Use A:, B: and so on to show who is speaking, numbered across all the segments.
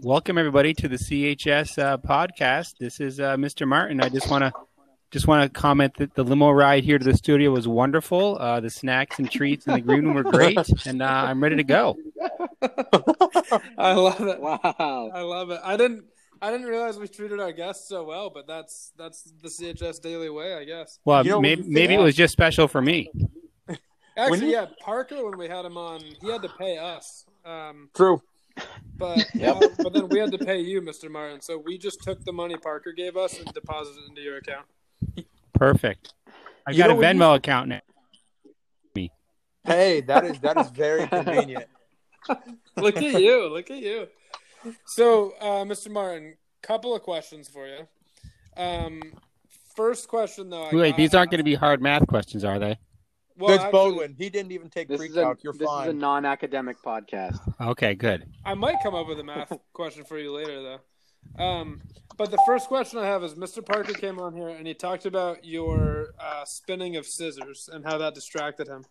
A: welcome everybody to the CHS uh, podcast. This is uh, Mr. Martin. I just want to just want to comment that the limo ride here to the studio was wonderful. Uh, the snacks and treats in the green room were great, and uh, I'm ready to go.
B: I love it.
C: Wow.
B: I love it. I didn't. I didn't realize we treated our guests so well, but that's that's the CHS daily way, I guess.
A: Well,
D: You know,
A: maybe,
D: when you
A: maybe
D: think-
A: it was just special for me.
B: Actually,
D: you-
B: yeah, Parker when we had him on, he had to pay us. Um,
D: True.
B: but
C: Yep.
B: uh, but then we had to pay you, Mr. Martin. So we just took the money Parker gave us and deposited it into your account.
A: Perfect. I
D: You
A: got a
D: know, when you-
A: Venmo account now.
D: Hey, that is that is very convenient.
B: Look at you! Look at you! So, uh, Mr. Martin, couple of questions for you. Um, first question though,
D: Oh
B: I
A: Wait,
B: got-
A: these aren't going to be hard math questions, are they?
B: Well,
D: That's
B: actually,
D: Baldwin. He didn't even take
C: This
D: pre
C: is a
D: calc. You're
C: this is a
D: fine.
C: non-academic podcast.
A: Okay, good.
B: I might come up with a math question for you later, though. Um, but the first question I have is Mr. Parker came on here and he talked about your uh, spinning of scissors and how that distracted him.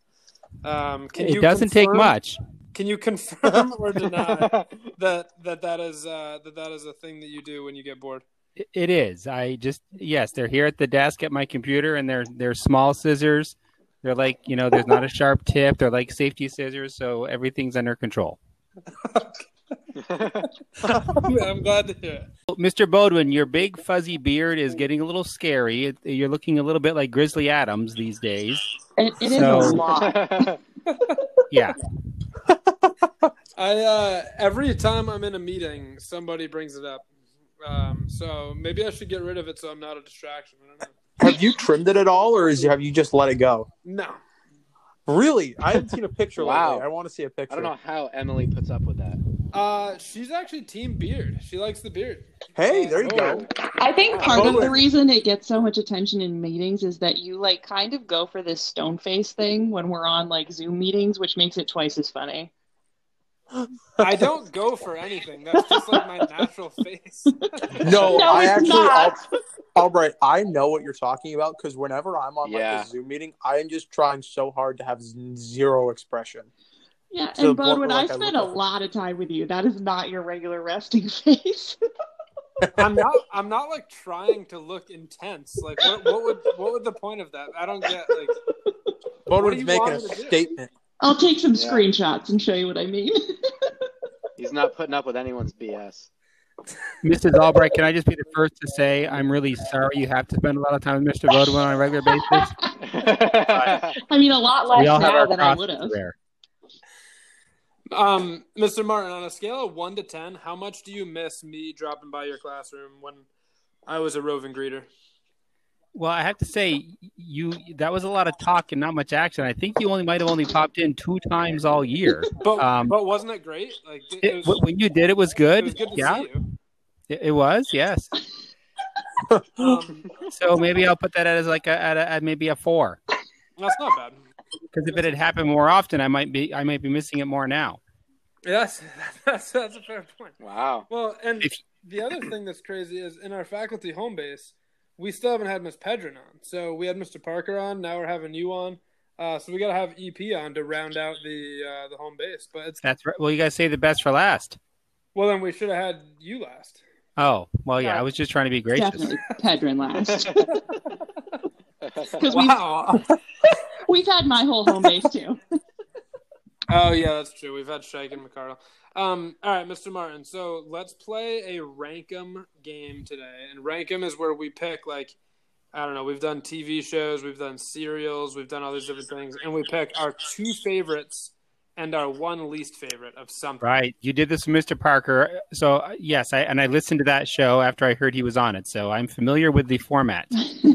B: Um, can
A: It
B: you
A: doesn't take
B: confirm-
A: much.
B: Can you confirm or deny that that that is uh, that that is a thing that you do when you get bored?
A: It- It is. I just yes, they're here at the desk at my computer, and they're they're small scissors. They're like you know, there's not a sharp tip. They're like safety scissors, so everything's under control.
B: I'm glad to hear it.
A: Well, Mr. Bodwin, your big fuzzy beard is getting a little scary. It- You're looking a little bit like Grizzly Adams these days.
E: It, it is
A: So-
E: a lot.
A: Yeah,
B: I uh, every time I'm in a meeting, somebody brings it up. Um, so maybe I should get rid of it so I'm not a distraction. I don't know.
D: Have you trimmed it at all, or is have you just let it go?
B: No,
D: Really, I haven't seen a picture
C: Wow.
D: lately. I want to see a picture.
C: I don't know how Emily puts up with that.
B: Uh, she's actually team beard. She likes the beard.
D: Hey, there you
B: Oh.
D: go.
E: I think part of
D: Totally.
E: the reason it gets so much attention in meetings is that you like kind of go for this stone face thing when we're on like Zoom meetings, which makes it twice as funny.
B: I don't go for anything. That's just like my natural face.
D: No,
E: No,
D: I
E: it's
D: actually,
E: not.
D: I'll, Albright, I know what you're talking about because whenever I'm on
C: Yeah.
D: like a Zoom meeting, I am just trying so hard to have z- zero expression.
E: Yeah,
D: So
E: and
D: what
E: Bodwin,
D: we're
E: I
D: like, I
E: spent a
D: look like-
E: lot of time with you. That is not your regular resting face.
B: I'm not. I'm not like trying to look intense. Like what? What would? What would the point of that? I don't get. Like What do
D: Bodwin's
B: you
D: making
B: want
D: a
B: me to do?
D: statement.
E: I'll take some
C: Yeah.
E: screenshots and show you what I mean.
C: He's not putting up with anyone's BS.
A: Mrs. Albright, can I just be the first to say I'm really sorry you have to spend a lot of time with Mr. Bodwin on a regular basis.
E: I mean, a lot
A: we
E: less
A: all have
E: now
A: our
E: than I would
A: process
E: have.
A: there.
B: um, Mr. Martin, on a scale of one to ten, how much do you miss me dropping by your classroom when I was a roving greeter?
A: Well, I have to say, you that was a lot of talk and not much action. I think you only might have only popped in two times all year.
B: But
A: Um,
B: but wasn't it great? Like it,
A: It,
B: was.
A: when you did, it was good.
B: It was good to
A: yeah,
B: see you.
A: it, it was. Yes.
B: Um,
A: So maybe I'll put that as like a, at a at maybe a four.
B: that's not bad.
A: Because if it had happened more often, I might be I might be missing it more now.
B: Yes, that's that's a fair point.
C: wow.
B: Well, and
A: If-
B: the other thing that's crazy is in our faculty home base, we still haven't had Miss Pedron on. So we had Mr. Parker on. Now we're having you on. Uh, so we got to have EP on to round out the uh, the home base. But it's
A: That's right. Well, you guys say the best for last.
B: well, then we should have had you last.
A: Oh well, yeah.
B: Yeah.
A: I was just trying to be gracious.
E: Definitely Pedrin last. Because
B: Wow.
E: we've, we've had my whole home base too.
B: oh yeah, that's true. We've had Shike and McCardle. Um, all right, Mr. Martin. So let's play a rankum game today. And rankum is where we pick like. I don't know. We've done TV shows, we've done serials, we've done all these different things, and we pick our two favorites and our one least favorite of something.
A: Right. You did this, with Mr. Parker. So uh, yes, I and I listened to that show after I heard he was on it. So I'm familiar with the format.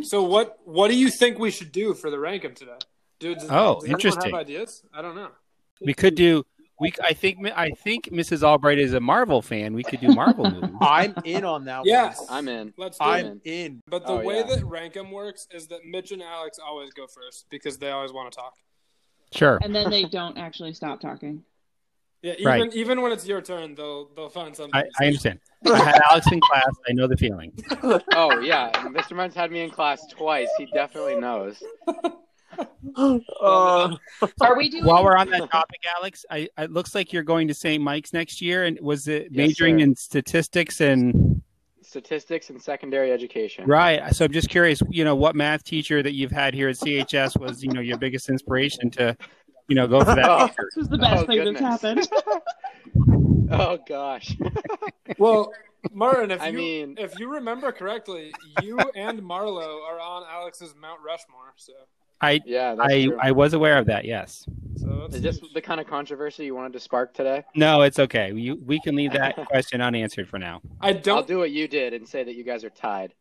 B: So what what do you think we should do for the rankum today? Dude, does,
A: Oh,
B: does anyone
A: interesting.
B: Have ideas? I don't know.
A: We could do. We I think I think Mrs. Albright is a Marvel fan. We could do Marvel movies.
D: I'm in on that.
B: Yes,
D: one.
C: I'm in.
B: Let's do it.
D: I'm in.
B: But the
C: Oh,
B: way
C: yeah.
B: that rankum works is that Mitch and Alex always go first because they always want to talk.
A: Sure.
E: And then they don't actually stop talking.
B: Yeah, even
A: Right.
B: even when it's your turn, they'll they'll find something.
A: I, I understand. I had Alex in class. I know the feeling.
C: Oh yeah. Mr. Martin's had me in class twice. He definitely knows.
D: Uh,
E: Are we doing?
A: While we're on that topic, Alex, I it looks like you're going to St. Mike's next year, and was it
C: Yes,
A: majoring
C: sir.
A: in statistics and
C: Statistics and secondary education.
A: right? So I'm just curious, you know, what math teacher that you've had here at CHS was, you know, your biggest inspiration to, you know, go for that. major?
E: this was the best
C: Oh,
E: thing
C: goodness.
E: that's happened.
C: Oh gosh.
B: Well, Martin, if
C: I
B: you
C: mean-
B: if you remember correctly, you and Marlo are on Alex's Mount Rushmore. So,
A: I
C: Yeah. That's
A: I
C: true.
A: I was aware of that. Yes.
B: so
C: Is
B: that's
C: this the kind of controversy you wanted to spark today?
A: No, it's okay. We we can leave that question unanswered for now.
B: I
C: I'll
B: don't.
C: do what you did and say that you guys are tied.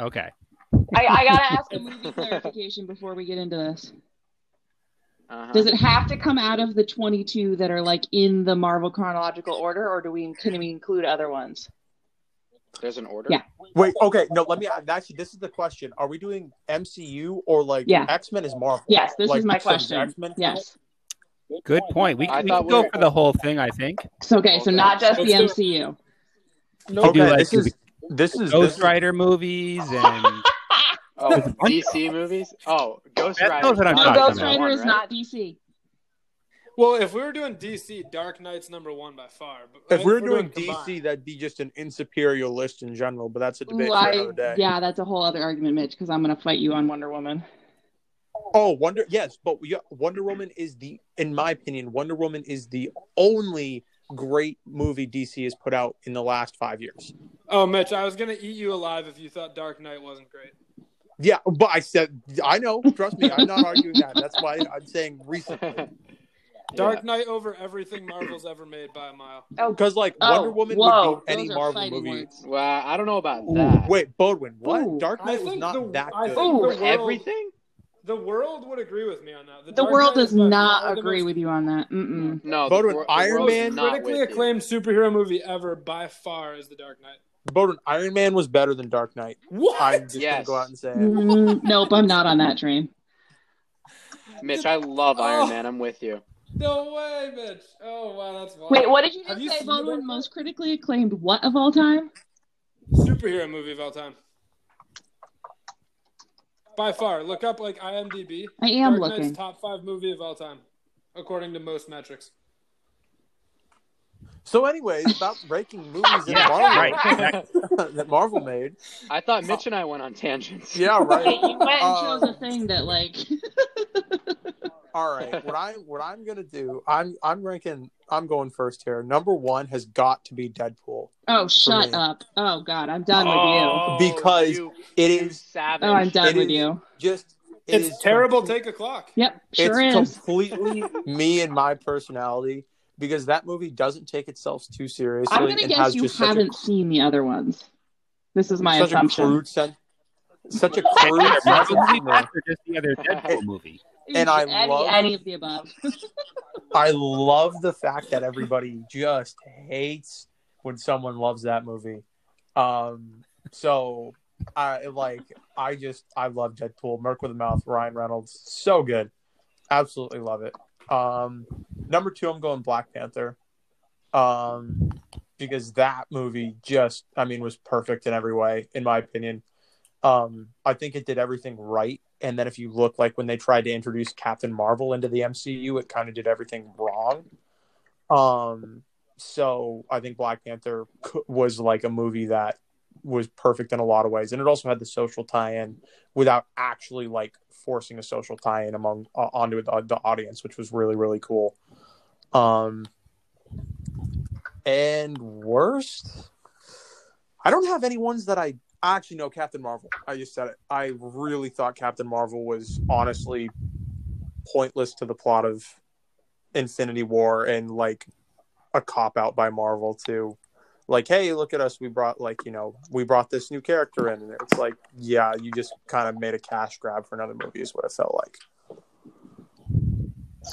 A: Okay.
E: I, I gotta ask a movie clarification before we get into this.
C: Uh-huh.
E: Does it have to come out of the 22 that are like in the Marvel chronological order, or do we can we include other ones?
C: There's an order.
E: Yeah.
D: wait, okay, no, let me actually. This is the question: Are we doing MCU or like
E: Yeah.
D: X Men is Marvel?
E: Yes, this
D: Like,
E: is
D: so
E: my
D: does
E: question.
D: X-Men count?
E: Yes.
A: Good point. We,
C: I
A: can we
C: thought
A: can go
C: we-
A: for the whole thing. I think
E: So okay, so
C: Okay.
E: not just the
B: Let's
E: MCU.
B: No,
A: I do
D: Okay,
A: like
D: this
A: to
D: is this is this
A: Ghost
D: is-
A: Rider movies and
C: Oh, DC movies? Oh, Ghost
A: That-
C: Rider.
A: those that I'm
E: No,
A: talking
E: Ghost
A: about
E: Rider
C: One,
E: is
C: right?
E: not DC.
B: Well, if we were doing DC, Dark Knight's number one by far. But
D: If we're doing
B: combined-
D: DC, that'd be just an insuperior list in general, but that's a debate
E: Ooh,
D: for
E: I-
D: another day.
E: yeah, that's a whole other argument, Mitch, because I'm gonna fight you on Wonder Woman.
D: Oh, Wonder, yes, but we, Wonder Woman is the, in my opinion, Wonder Woman is the only great movie DC has put out in the last five years.
B: Oh, Mitch, I was gonna eat you alive if you thought Dark Knight wasn't great.
D: Yeah, but I said, I know, trust me, I'm not arguing that. That's why I'm saying recent.
B: Dark Knight over everything Marvel's ever made by a mile.
D: Because, like,
E: Oh,
D: Wonder Woman
E: whoa,
D: would beat any
E: those are
D: Marvel
E: fighting
D: movie.
E: words.
C: Well, I don't know about
D: Ooh,
C: that.
D: wait, Bodwin, what?
E: Ooh,
D: Dark
B: I
D: Knight was
B: think
D: not
B: the-
D: that
B: I
D: good.
B: think-
E: Ooh,
C: For everything?
B: The world would agree with me on that.
E: the
B: Dark
E: world
B: Knight
E: does
B: is by
E: not
B: far the
E: agree
B: most
E: with you on that. Mm-mm.
C: No,
D: Vote
C: the
D: with
C: wor- the
D: Iron
C: world's
D: Man?
C: Not
B: critically
C: with you.
B: acclaimed superhero movie ever by far is The Dark Knight.
D: Bodwin, Iron Man was better than Dark Knight.
B: What?
D: I'm just going to
C: Yes.
D: go out and say it.
E: Mm, nope, I'm not on that train.
C: Mitch, I love
B: Oh.
C: Iron Man. I'm with you.
B: No way, Mitch. Oh wow, that's wild.
E: Wait, what did you
B: Have
E: just
B: you
E: say,
B: seen
E: Baldwin?
B: that?
E: Most critically acclaimed what of all time?
B: Superhero movie of all time. By far, look up like IMDb.
E: I am
B: Dark Knight's
E: looking.
B: top five movie of all time, according to most metrics.
D: So, anyways, about breaking movies in
A: Yeah,
D: Marvel
A: right,
D: that Marvel made.
C: I thought Mitch and I went on tangents.
D: Oh. Yeah,
E: Wait,
D: right.
E: you went and
D: Uh,
E: chose a thing that like
D: All right. What I what I'm gonna do? I'm I'm ranking. I'm going first here. Number one has got to be Deadpool.
E: Oh shut
D: me.
E: up. Oh god, I'm done with
C: Oh,
D: Because
C: you,
D: It
C: you
D: is
C: savage.
E: you. Oh I'm
D: It
E: done with
D: is-
E: you.
D: just. it
B: It's
D: is
B: terrible.
D: complete-
B: Take a clock.
E: Yep, sure
D: it's
E: is.
D: completely me and my personality because that movie doesn't take itself too seriously.
E: I'm gonna
D: and
E: guess
D: has
E: you
D: just such a-
E: haven't seen the other ones. This is my
D: such A
E: assumption.
D: crude sen- such a crude sense
A: Marvel
D: of
A: movie
D: humor.
A: that's or just the other Deadpool movie.
D: and I
E: any,
D: love-
E: any of the above.
D: I love the fact that everybody just hates when someone loves that movie. Um, so I like I just I love Deadpool, Merc with a Mouth, Ryan Reynolds, so good, absolutely love it. Um, number two, I'm going Black Panther, um, because that movie just I mean was perfect in every way, in my opinion. Um, I think it did everything right. And then if you look like when they tried to introduce Captain Marvel into the MCU, it kind of did everything wrong. Um, so I think Black Panther co- was like a movie that was perfect in a lot of ways, and it also had the social tie-in without actually like forcing a social tie-in among uh, onto the, the audience, which was really really cool. Um, and worst, I don't have any ones that I actually no Captain Marvel. I just said it. I really thought Captain Marvel was honestly pointless to the plot of Infinity War and like a cop out by Marvel to like, hey, look at us. We brought like, you know, we brought this new character in. And it's like, yeah, you just kind of made a cash grab for another movie is what it felt like.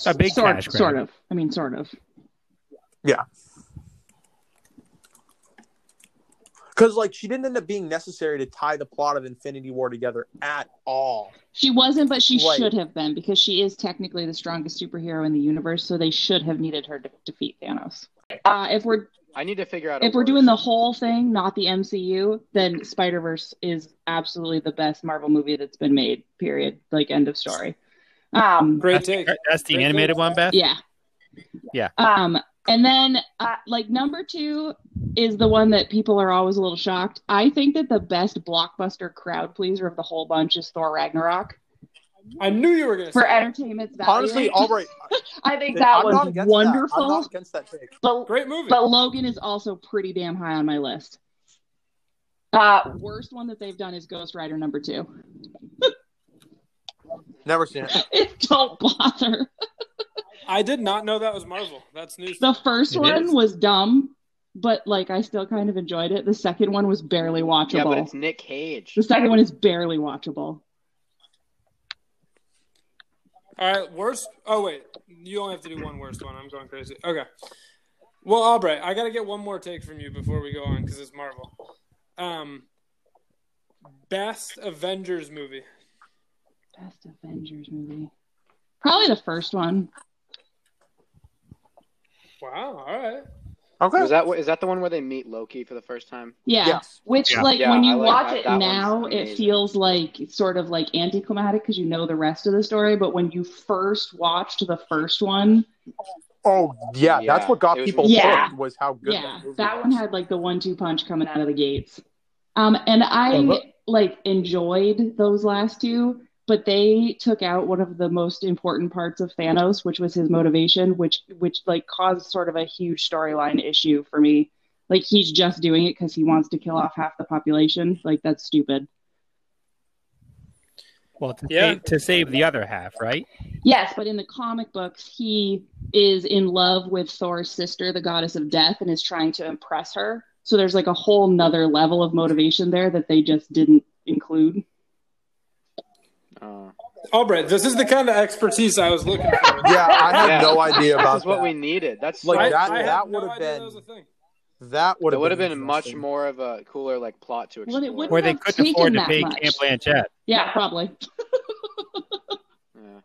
A: A big
E: sort,
A: cash grab.
E: sort of. I mean sort of.
D: Cause like she didn't end up being necessary to tie the plot of Infinity War together at all.
E: She wasn't, but she
D: Right.
E: should have been because she is technically the strongest superhero in the universe. So they should have needed her to defeat Thanos. Uh, if we're
C: I need to figure out a
E: if we're
C: word.
E: doing the whole thing, not the MCU, then Spider Verse is absolutely the best Marvel movie that's been made. Period. Like end of story. Um,
B: Great
A: that's, the-
B: take.
A: that's the
B: Great
A: animated
B: take.
A: one, Beth.
E: yeah.
A: Yeah.
E: Um, and then uh, like number two is the one that people are always a little shocked. I think that the best blockbuster crowd pleaser of the whole bunch is Thor Ragnarok
B: I knew you were gonna
E: for
B: say. that.
E: entertainment's value.
D: Honestly, all right.
E: I think that
D: I'm not
E: was
D: against That. I'm
E: wonderful.
D: not against that take.
E: But
B: Great movie.
E: but Logan is also pretty damn high on my list. Uh, worst one that they've done is Ghost Rider number two.
D: Never seen it.
E: It don't bother.
B: I did not know that was Marvel. That's news.
E: The first
A: It
E: one
A: is.
E: was dumb, but like I still kind of enjoyed it. The second one was barely watchable.
C: Yeah, but it's Nick Cage.
E: The second one is barely watchable.
B: All right, worst. Oh wait, you only have to do one worst one. I'm going crazy. Okay. Well, Albright, I gotta get one more take from you before we go on because it's Marvel. Um, best Avengers movie.
E: Best Avengers movie. Probably the first one.
B: Wow. All right.
D: Okay.
C: Was that wh- is that the one where they meet Loki for the first time?
E: Yeah.
D: Yes.
E: Which,
A: Yeah.
E: like,
C: Yeah,
E: when
C: I
E: you
C: like
E: watch
C: that-
E: it
C: that one's
E: now, it
C: amazing.
E: feels like it's sort of like anticlimactic because you know the rest of the story. But when you first watched the first one,
D: Oh yeah, that's
C: Yeah,
D: what got
C: it was-
D: people
E: Yeah.
D: hooked was how good
E: yeah,
D: that, movie
E: that
D: was.
E: one had like the one-two punch coming out of the gates. Um, and I
D: Yeah, but-
E: like enjoyed those last two, but they took out one of the most important parts of Thanos, which was his motivation, which which like caused sort of a huge storyline issue for me. Like he's just doing it because he wants to kill off half the population. Like that's stupid.
A: Well, to,
B: Yeah.
A: save, to save the other half, right?
E: Yes, but in the comic books, he is in love with Thor's sister, the goddess of death, and is trying to impress her. So there's like a whole nother level of motivation there that they just didn't include.
C: Uh,
B: Albright, this is the kind of expertise I was looking for.
D: Yeah, I had
C: Yeah.
D: no idea
C: this
D: about
C: is what
D: that.
C: we needed. That's
D: Like,
B: I,
C: so-
D: that-
B: I had
D: that
B: no
D: would've
B: idea
D: been-
B: that was a thing.
D: That would
C: That
D: have
C: would have been much
D: interesting.
C: more of a cooler like plot to
E: Well,
C: explore.
E: it wouldn't-
A: Where they
E: have
A: couldn't afford
E: taken
A: to
E: that
A: pay
E: much.
A: Camp Blanchett.
E: Yeah, probably.
C: Yeah.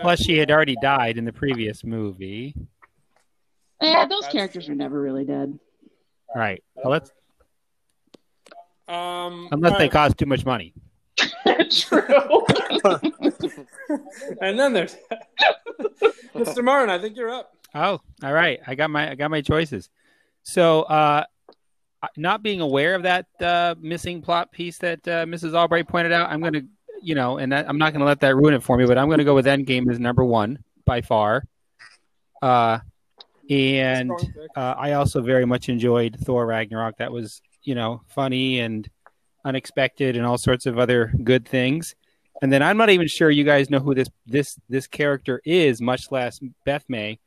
A: Plus, she had already died in the previous movie.
E: Eh, those
B: That's
E: characters
B: true.
E: are never really dead.
A: Right. Well, let's,
B: Um,
A: unless they
B: all
A: cost too much money.
E: True.
B: right. and then there's Mr. Martin. I think you're up.
A: Oh, all right. I got my I got my choices. So, uh, not being aware of that uh, missing plot piece that uh, Mrs. Albright pointed out, I'm gonna, you know, and that, I'm not gonna let that ruin it for me. But I'm gonna go with Endgame as number one by far. Uh, and
B: Strong pick.
A: uh, I also very much enjoyed Thor Ragnarok. That was, you know, funny and unexpected and all sorts of other good things. And then I'm not even sure you guys know who this this this character is, much less Beth May,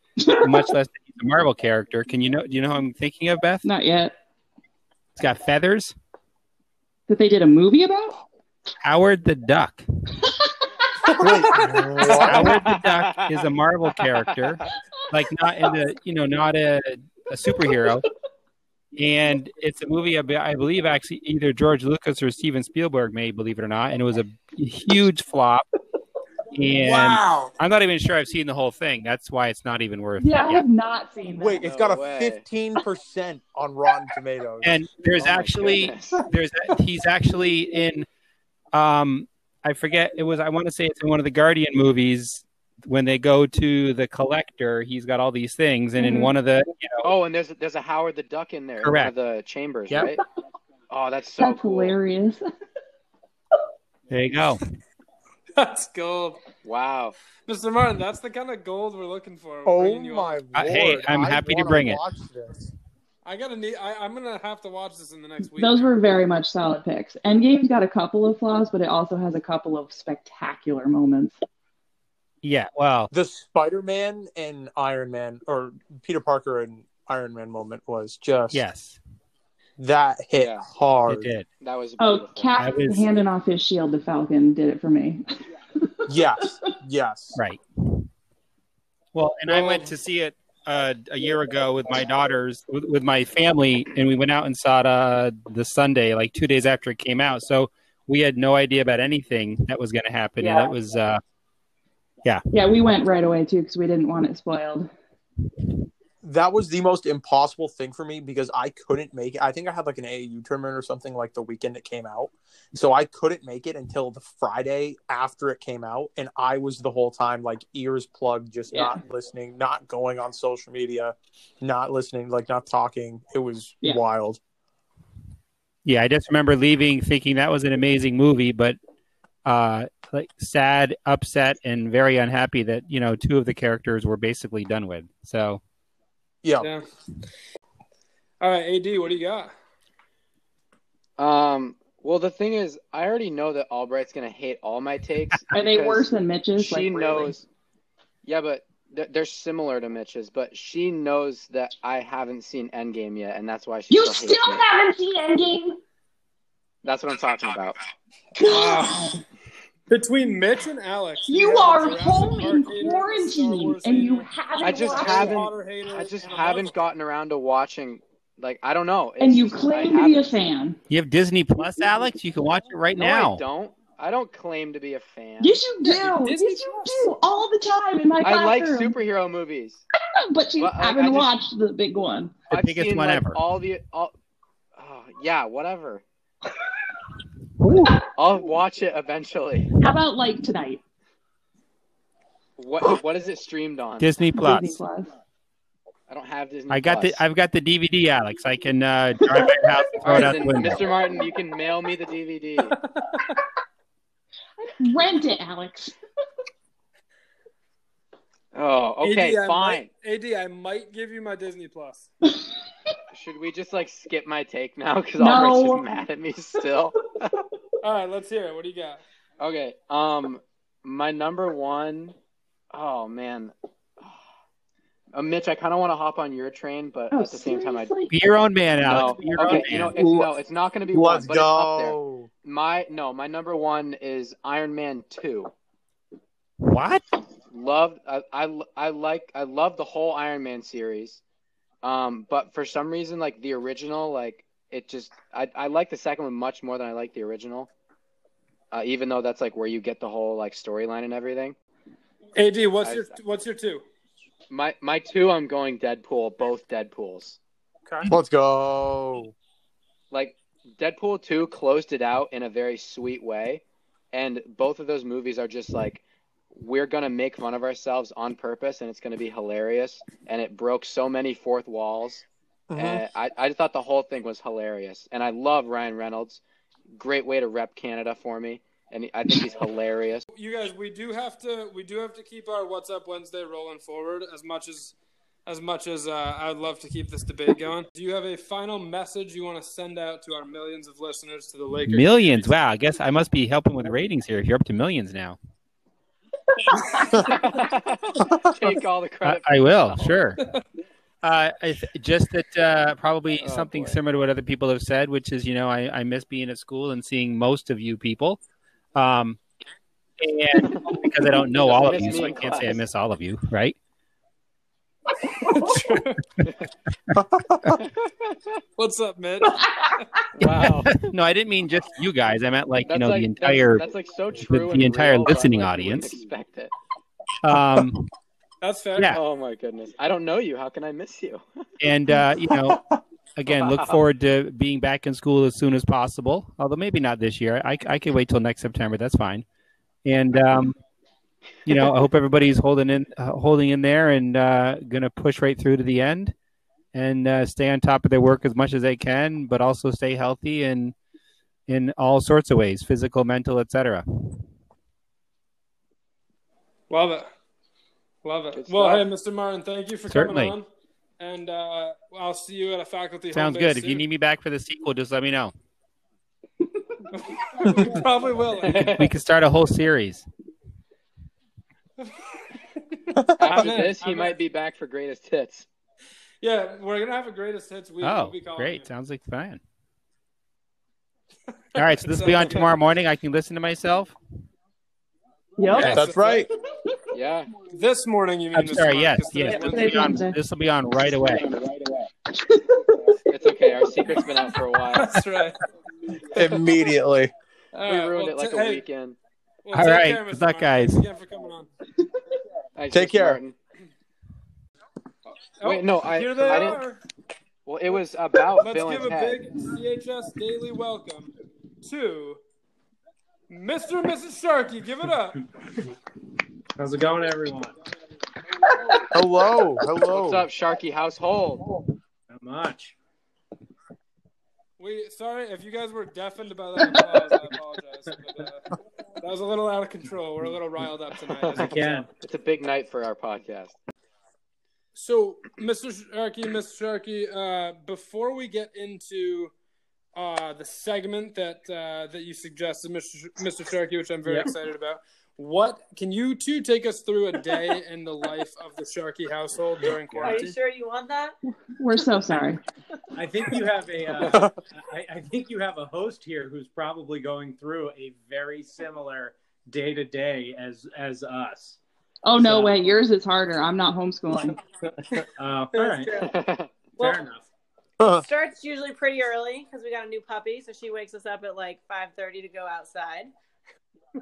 A: much less that he's a Marvel character. Can you know? Do you know who I'm thinking of, Beth?
E: Not yet.
A: It's got feathers.
E: That they did a movie about?
A: Howard the Duck. Howard the Duck is a Marvel character. like not in the you know not a, a superhero and it's a movie ab- i believe actually either george lucas or steven spielberg made believe it or not and it was a huge flop and
B: wow.
A: i'm not even sure i've seen the whole thing that's why it's not even worth
E: Yeah, I
A: it yet.
E: have not seen that.
D: Wait, it's got
C: No
D: a
C: way.
D: fifteen percent on Rotten Tomatoes.
A: and there's
C: Oh my
A: actually
C: goodness.
A: there's he's actually in um i forget it was i want to say it's in one of the guardian movies when they go to the collector he's got all these things and in
E: Mhm.
A: one of the you know
C: Oh, and there's there's a Howard the Duck in there. in one of the chambers,
A: Yep.
C: right? Oh, that's so
E: That's
C: cool.
E: hilarious.
A: there you go
B: That's gold,
C: Wow.
B: Mr. Martin. That's the kind of gold we're looking for. We're
D: oh
B: bringing you
D: my
B: up.
A: Uh,
D: lord!
A: hey, I'm
D: I
A: happy to
D: wanna
A: bring it.
D: watch this.
B: I gotta need. I, I'm gonna have to watch this in the next week.
E: Those were very much solid picks. Endgame's got a couple of flaws, but it also has a couple of spectacular moments.
A: yeah well
D: The Spider-Man and Iron Man, or Peter Parker and Iron Man moment was just
A: yes
D: that hit
C: Yeah.
A: it
D: hard.
A: did
C: That was
E: Oh,
C: beautiful.
E: Cap
A: That is-
E: handing off his shield to Falcon did it for me.
D: Yes, yes.
A: Right. Well, and I went to see it uh, a year ago with my daughters, with, with my family, and we went out and saw it uh, the Sunday, like two days after it came out. So we had no idea about anything that was going to happen, and
E: Yeah.
A: it was uh,
E: Yeah, we went right away too because we didn't want it spoiled.
D: that was the most impossible thing for me because I couldn't make it. I think I had like an AAU tournament or something like the weekend it came out. So I couldn't make it until the Friday after it came out. And I was the whole time like ears plugged, just
E: Yeah.
D: not listening, not going on social media, not listening, like not talking. It was
E: Yeah.
D: wild.
A: Yeah, I just remember leaving thinking that was an amazing movie, but uh, like sad, upset, and very unhappy that you know two of the characters were basically done with. So
D: Yeah.
B: Yeah. All right, AD, what do you got?
C: Um. Well, the thing is, I already know that Albright's gonna hate all my takes.
E: Are they
C: because
E: worse than Mitch's?
C: She
E: Like, really?
C: knows. Yeah, but th- they're similar to Mitch's, but she knows that I haven't seen Endgame yet, and that's why she
F: You
C: still hates
F: still
C: me.
F: haven't seen Endgame?
C: That's what I'm talking about.
B: Wow. Between Mitch and Alex,
F: You
B: have
F: are
B: Jurassic
F: home in
B: Park hater, Star
F: quarantine
B: Wars
F: and you
B: hater,
F: haven't.
C: I just
F: watched-
B: Harry
C: haven't-
B: Potter hater,
C: I just
B: and a
C: haven't
B: bunch-
C: gotten around to watching. Like I don't know.
E: And you
C: It's just- I
E: claim to be a
C: haven't.
E: fan.
A: you have Disney Plus, Alex. You can watch it right
C: No,
A: now.
C: I don't. I don't claim to be a fan.
E: Yes, you do. Yes,
B: Disney
E: you
B: Plus.
E: do all the time in my
C: I
E: classroom.
C: like superhero movies.
E: but you
C: Well, I- I
E: haven't
C: just-
E: watched the big one.
A: The
C: I've
A: biggest
C: seen,
A: one
C: like,
A: ever.
C: All the all. Oh, yeah, whatever. I'll watch it eventually.
E: How about like tonight?
C: What what is it streamed on?
A: Disney Plus.
E: Disney Plus.
C: I don't have Disney.
A: I got
C: Plus.
A: the I've got the DVD, Alex. I can uh, drive back house and throw
C: All
A: it
C: right,
A: out the
C: then,
A: window.
C: Mr. Martin, you can mail me the DVD.
E: Rent it, Alex.
C: Oh, okay,
B: AD, I
C: fine.
B: might- AD, I might give you my Disney Plus.
C: Should we just like skip my take now? Because
E: No.
C: Albert's just mad at me still.
B: All right, let's hear it. What do you got?
C: Okay. Um, my number one oh man. Uh, Mitch, I kind of want to hop on your train, but
E: Oh,
C: at the same time, I
E: seriously?
A: Be your own man,
C: no.
A: Alex. Be your
C: Okay,
A: own
C: you know,
A: man.
C: it's, no, it's not going to be
D: Let's
C: one, but it's up there.
D: go.
C: My no, my number one is Iron Man two.
A: what?
C: Loved, I, I, I like, I love the whole Iron Man series. Um, but for some reason, like the original, like it just, I, I like the second one much more than I like the original. Uh, even though that's like where you get the whole like storyline and everything.
B: AD, what's
C: I-
B: your what's your two?
C: My, my two, I'm going Deadpool, both Deadpools.
B: Okay.
D: Let's go.
C: Like Deadpool two closed it out in a very sweet way, and both of those movies are just like. We're gonna make fun of ourselves on purpose, and it's gonna be hilarious. And it broke so many fourth walls.
E: Uh,
D: Uh-huh. Mm-hmm.
C: And I, I thought the whole thing was hilarious. And I love Ryan Reynolds. Great way to rep Canada for me. And I think he's hilarious.
B: You guys, we do have to we do have to keep our What's Up Wednesday rolling forward as much as as much as uh, I'd love to keep this debate going. Do you have a final message you want to send out to our millions of listeners to the Lakers?
A: Millions. Wow. I guess I must be helping with ratings here. If you're up to millions now,
C: Take all the
A: I,
C: credit.
A: I will. Sure. Uh, I th- just that uh, probably
C: Oh,
A: something
C: boy.
A: similar to what other people have said, which is you know I, I miss being at school and seeing most of you people, um, and because I don't know all of
C: Miss
A: you,
C: me
A: so I
C: in
A: can't say I
C: class.
A: miss all of you, right?
B: What's up, Mitch?
C: wow.
A: no, I didn't mean just you guys. I meant like you
C: That's
A: know
C: like-
A: the entire
C: That's, that's like so true.
A: the
C: and
A: entire
C: real, but,
A: listening
C: like, you wouldn't
A: audience.
C: Expect it.
A: um,
B: That's fair.
A: Yeah.
C: Oh my goodness. I don't know you. How can I miss you?
A: and uh, you know, again, look
C: Wow.
A: forward to being back in school as soon as possible. Although maybe not this year. I I can wait till next September. That's fine. And um, you know, I hope everybody's holding in uh, holding in there and uh, going to push right through to the end and uh, stay on top of their work as much as they can, but also stay healthy and in all sorts of ways, physical, mental, etc.
B: Love it. Love it.
C: Good
B: well, hey,
C: stuff.
B: Mr. Martin, thank you for
A: Certainly.
B: coming on. And uh, I'll see you at a faculty. home
A: Sounds
B: base
A: good. If you
B: soon.
A: need me back for the sequel, just let me know.
B: we probably will.
A: We can start a whole series.
C: After
B: in.
C: this, he
B: I'm in.
C: might be back for greatest hits.
B: Yeah, we're gonna have a greatest hits week.
A: Oh,
B: We'll be calling
A: great.
B: you.
A: Sounds like fun. All right, so this will be on tomorrow morning. I can listen to myself.
E: Yep.
B: Yeah.
D: That's right.
C: Yeah.
B: This morning, you mean?
A: I'm
B: this
A: sorry.
B: morning,
A: Yes,
B: 'cause
A: yes.
B: today's
A: This will
B: Wednesday.
A: be on, this will be on right away.
C: It's okay. Our secret's been out for a while.
B: That's right.
D: Immediately.
B: All
C: We
B: right,
C: ruined
B: well,
C: it like
B: ta-
C: a
B: hey,
C: weekend.
B: well,
A: All
B: take
A: right,
B: care,
A: good
B: Mr.
A: luck,
B: Martin.
A: guys.
B: Thanks again for coming on.
C: Thanks,
D: Take
C: Mr.
D: care.
C: Martin. Wait, no, I-
B: Oh, here they
C: I didn't-
B: are.
C: Well, it was about
B: Let's
C: Bill
B: give
C: and
B: a
C: Ted.
B: big CHS daily welcome to Mr. and Mrs. Sharkey. Give it up.
F: How's it going, everyone?
G: Hello, hello.
C: What's up, Sharky household?
F: Not much.
B: We sorry if you guys were deafened by that applause. I apologize. But, uh, that was a little out of control. We're a little riled up tonight. as you can tell.
F: Again,
C: It's a big night for our podcast.
B: So, Mr. Sharkey, Mr. Sharkey, uh, before we get into uh, the segment that uh, that you suggested, Mr. Sh- Mr. Sharkey, which I'm very
F: Yep.
B: excited about, what can you two take us through a day in the life of the Sharkey household during
H: Are you
B: quarantine?
H: sure you want that?
E: We're so sorry.
F: I think you have a, uh, I, I think you have a host here who's probably going through a very similar day to day as as us.
E: Oh no
F: So-
E: way, yours is harder. I'm not homeschooling.
F: Uh, all right, fair
H: Well,
F: enough.
H: starts usually pretty early because we got a new puppy, so she wakes us up at like 5:30 to go outside.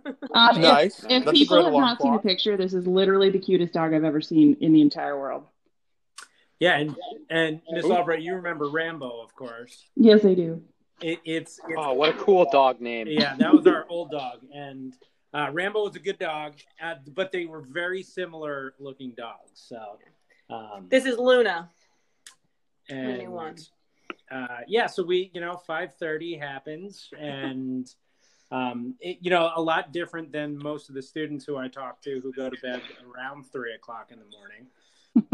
E: Um, if
D: Nice.
E: if
D: That's a
E: people
D: great
E: have
D: alarm
E: not seen the
D: clock.
E: picture, this is literally the cutest dog I've ever seen in the entire world.
F: Yeah, and and Miss Albright, you remember Rambo, of course.
E: Yes, I do.
F: It, it's, it's
C: oh, what a cool dog name.
F: yeah, that was our old dog, and uh, Rambo was a good dog, uh, but they were very similar looking dogs. So um,
H: This is Luna.
F: and,
H: Only one.
F: Uh, yeah, so we, you know, five thirty happens, and um, it, you know, a lot different than most of the students who I talk to who go to bed around three o'clock in the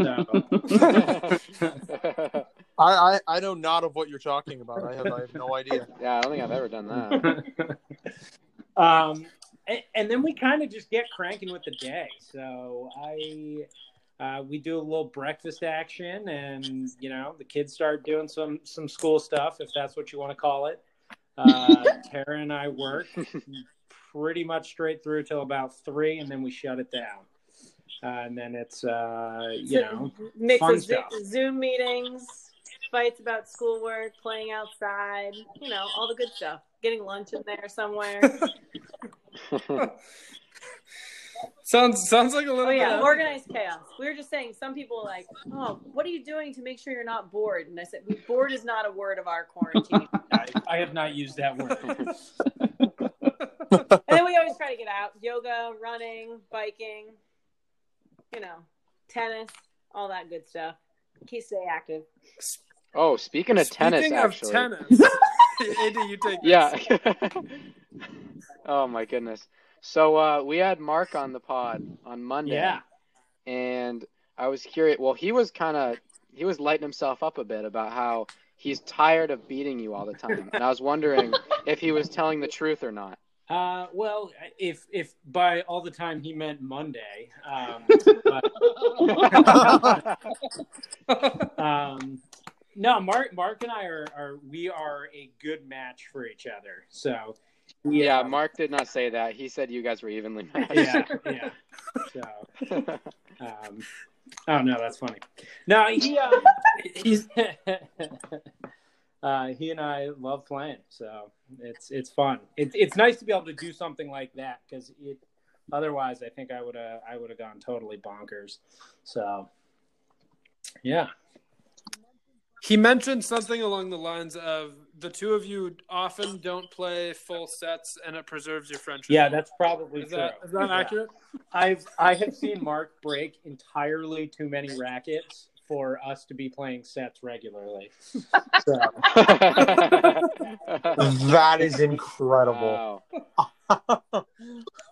F: morning. So,
G: I, I I know not of what you're talking about. I have I have no idea.
C: yeah, I don't think I've ever done that.
F: um, and, and then we kind of just get cranking with the day. So I. Uh, we do a little breakfast action, and you know the kids start doing some some school stuff, if that's what you want to call it. Uh, Tara and I work pretty much straight through till about three, and then we shut it down. Uh, and then it's uh, you know
H: mix
F: fun
H: of Zo-
F: stuff.
H: Zoom meetings, fights about schoolwork, playing outside, you know, all the good stuff. Getting lunch in there somewhere.
B: Sounds sounds like a little
H: oh yeah,
B: bit.
H: organized chaos. We were just saying some people are like, oh, what are you doing to make sure you're not bored? And I said, bored is not a word of our quarantine.
F: I, I have not used that word.
H: and
D: Oh.
H: then we always try to get out yoga running biking you know tennis all that good stuff keep stay active
C: oh, speaking of tennis,
B: Speaking
C: actually.
B: of tennis, Andy, you take this.
C: Yeah. oh my goodness. So uh, we had Mark on the pod on Monday.
F: Yeah.
C: And I was curious. Well, he was kind of he was lighting himself up a bit about how he's tired of beating you all the time, and I was wondering if he was telling the truth or not.
F: Uh, well, if if by all the time he meant Monday, um, but, um, no, Mark, Mark and I are, are we are a good match for each other. So
C: Yeah. Mark did not say that. He said you guys were evenly matched.
F: yeah, yeah. So um, oh no, that's funny. No, he uh, he's uh, he and I love playing, so it's it's fun. It's it's nice to be able to do something like that because it. Otherwise, I think I would have I would have gone totally bonkers. So, yeah,
B: He mentioned something along the lines of the two of you often don't play full sets, and it preserves your friendship.
F: yeah, that's probably
B: is that
F: true.
B: is that
F: Yeah.
B: accurate?
F: I've I have seen Mark break entirely too many rackets for us to be playing sets regularly. So,
D: That is incredible.
C: Wow.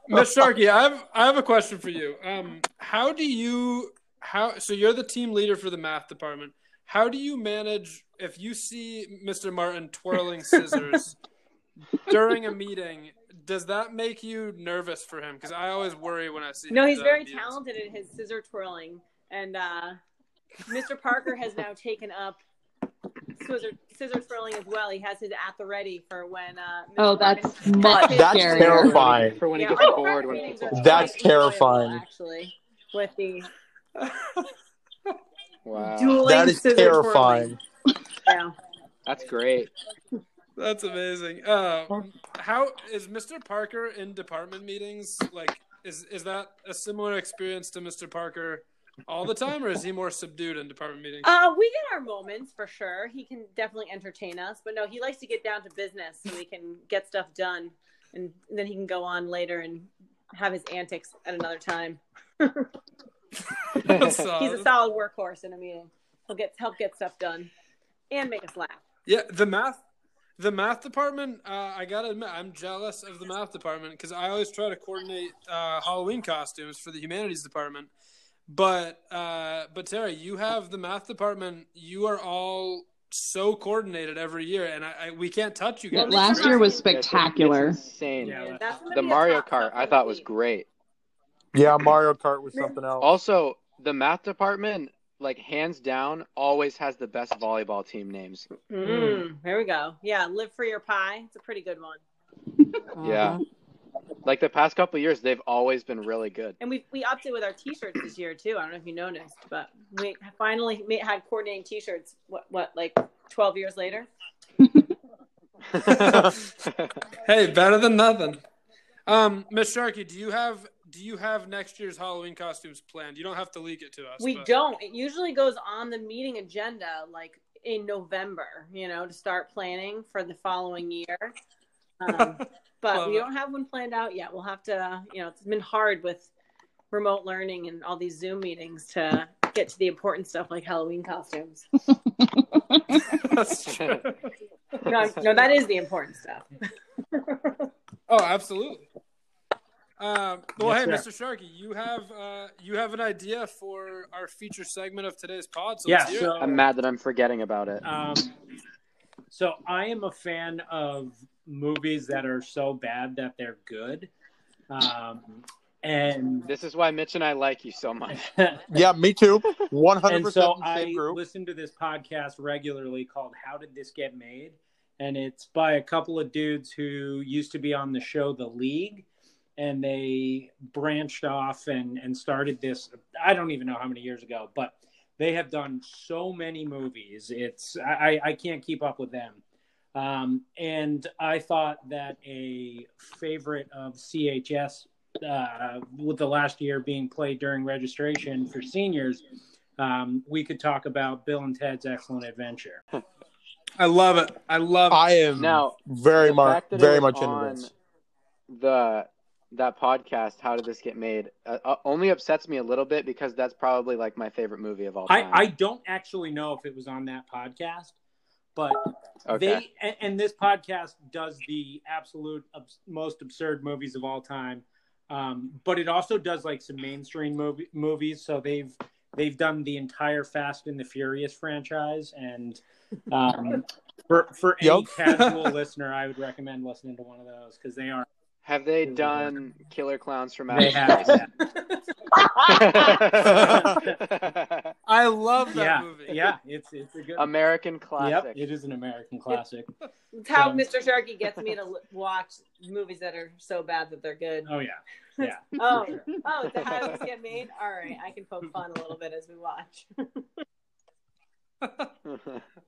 B: Miss Sharkey, I have I have a question for you. Um, how do you how so you're the team leader for the math department? How do you manage if you see Mr. Martin twirling scissors during a meeting? Does that make you nervous for him? Because I always worry when I see.
H: no
B: him
H: he's
B: at
H: very
B: meetings.
H: talented at his scissor twirling and uh, mr parker has now taken up scissor, scissor twirling as well he has his at the ready for when uh, Mr.
E: Oh,
H: Parker-
E: that's much
H: That's
E: scarier.
D: terrifying.
C: For when he
H: Yeah,
C: gets
H: our
C: bored.
H: private
C: When
H: meetings
C: he
H: are
C: gets
D: That's
H: quite enjoyable,
D: terrifying.
H: actually with the
C: Wow.
H: dueling
D: That is
H: scissor
D: terrifying.
H: twirling.
C: That's great.
B: That's amazing. Uh, how is Mr. Parker in department meetings? Like, is is that a similar experience to Mr. Parker all the time, or is he more subdued in department meetings?
H: Uh, we get our moments for sure. He can definitely entertain us, but no, he likes to get down to business so we can get stuff done, and then he can go on later and have his antics at another time. He's
B: Um,
H: a solid workhorse in a meeting. He'll get help get stuff done and make us laugh.
B: Yeah, the math, the math department. Uh, I gotta admit, I'm jealous of the math department because I always try to coordinate uh, Halloween costumes for the humanities department. But uh, but Terry, you have the math department. You are all so coordinated every year, and I, I we can't touch you guys.
E: Well, last year was
C: It's- it's
E: spectacular.
C: insane.
B: Yeah,
H: That's gonna
C: The
H: be a
C: Mario
H: top
C: Kart
H: stuff
C: I
H: of
C: thought
H: the
C: was
H: week.
C: great.
G: Yeah, Mario Kart was something else.
C: Also, the math department, like hands down, always has the best volleyball team names.
H: Mm, there we go. Yeah, live for your pie. It's a pretty good one.
G: Uh-huh.
C: Yeah. Like the past couple of years, they've always been really good.
H: And we we upped it with our T-shirts this year too. I don't know if you noticed, but we finally ma- had coordinating T-shirts. What what like twelve years later?
B: Hey, better than nothing. Um, Miss Sharkey, do you have do you have next year's Halloween costumes planned? You don't have to leak it to us.
H: We
B: but-
H: don't. It usually goes on the meeting agenda like in November, you know, to start planning for the following year. Um, but
B: Love
H: we
B: it.
H: don't have one planned out yet. We'll have to, you know, it's been hard with remote learning and all these Zoom meetings to get to the important stuff like Halloween costumes.
B: That's true.
H: no, no, that is the important stuff.
B: Oh, absolutely. Um, well,
D: Yes, sir.
B: hey, Mr. Sharkey, you have uh, you have an idea for our feature segment of today's pod? So
F: yeah.
B: let's hear it.
F: So
C: I'm mad that I'm forgetting about it.
F: Um, so I am a fan of movies that are so bad that they're good. Um, and
C: This is why Mitch and I like you so much.
G: Yeah, me too. One hundred
F: and so
G: percent
F: I
G: same group.
F: listen to this podcast regularly called "How Did This Get Made," and it's by a couple of dudes who used to be on the show The League, and they branched off and and started this. I don't even know how many years ago, but they have done so many movies. It's I I I can't keep up with them. Um, and I thought that a favorite of CHS uh, with the last year being played during registration for seniors, um, we could talk about Bill and Ted's Excellent Adventure.
B: I love it. I love.
G: I am
C: Now,
G: very
C: the
G: much
C: fact that it
G: very
C: was
G: much into
C: on
G: this.
C: The that podcast, how did this get made? Uh, uh, only upsets me a little bit because that's probably like my favorite movie of all
F: I,
C: time.
F: I don't actually know if it was on that podcast, but
C: okay.
F: they and, and this podcast does the absolute abs- most absurd movies of all time, um, but it also does like some mainstream movie, movies. So they've they've done the entire Fast and the Furious franchise, and um, for for any
G: Yup.
F: casual listener, I would recommend listening to one of those because they are
C: Have they done Killer Clowns from Outer
F: they have that.
C: Space?
B: I love that
F: yeah
B: movie.
F: yeah it's it's a good
C: American classic.
F: Yep, it is an American classic.
H: It's how
F: So-
H: Mr. Sharkey gets me to l- watch movies that are so bad that they're good.
F: Oh yeah, yeah.
H: Oh,
F: sure.
H: oh, it's a how does this get made? All right, I can poke fun a little bit as we watch.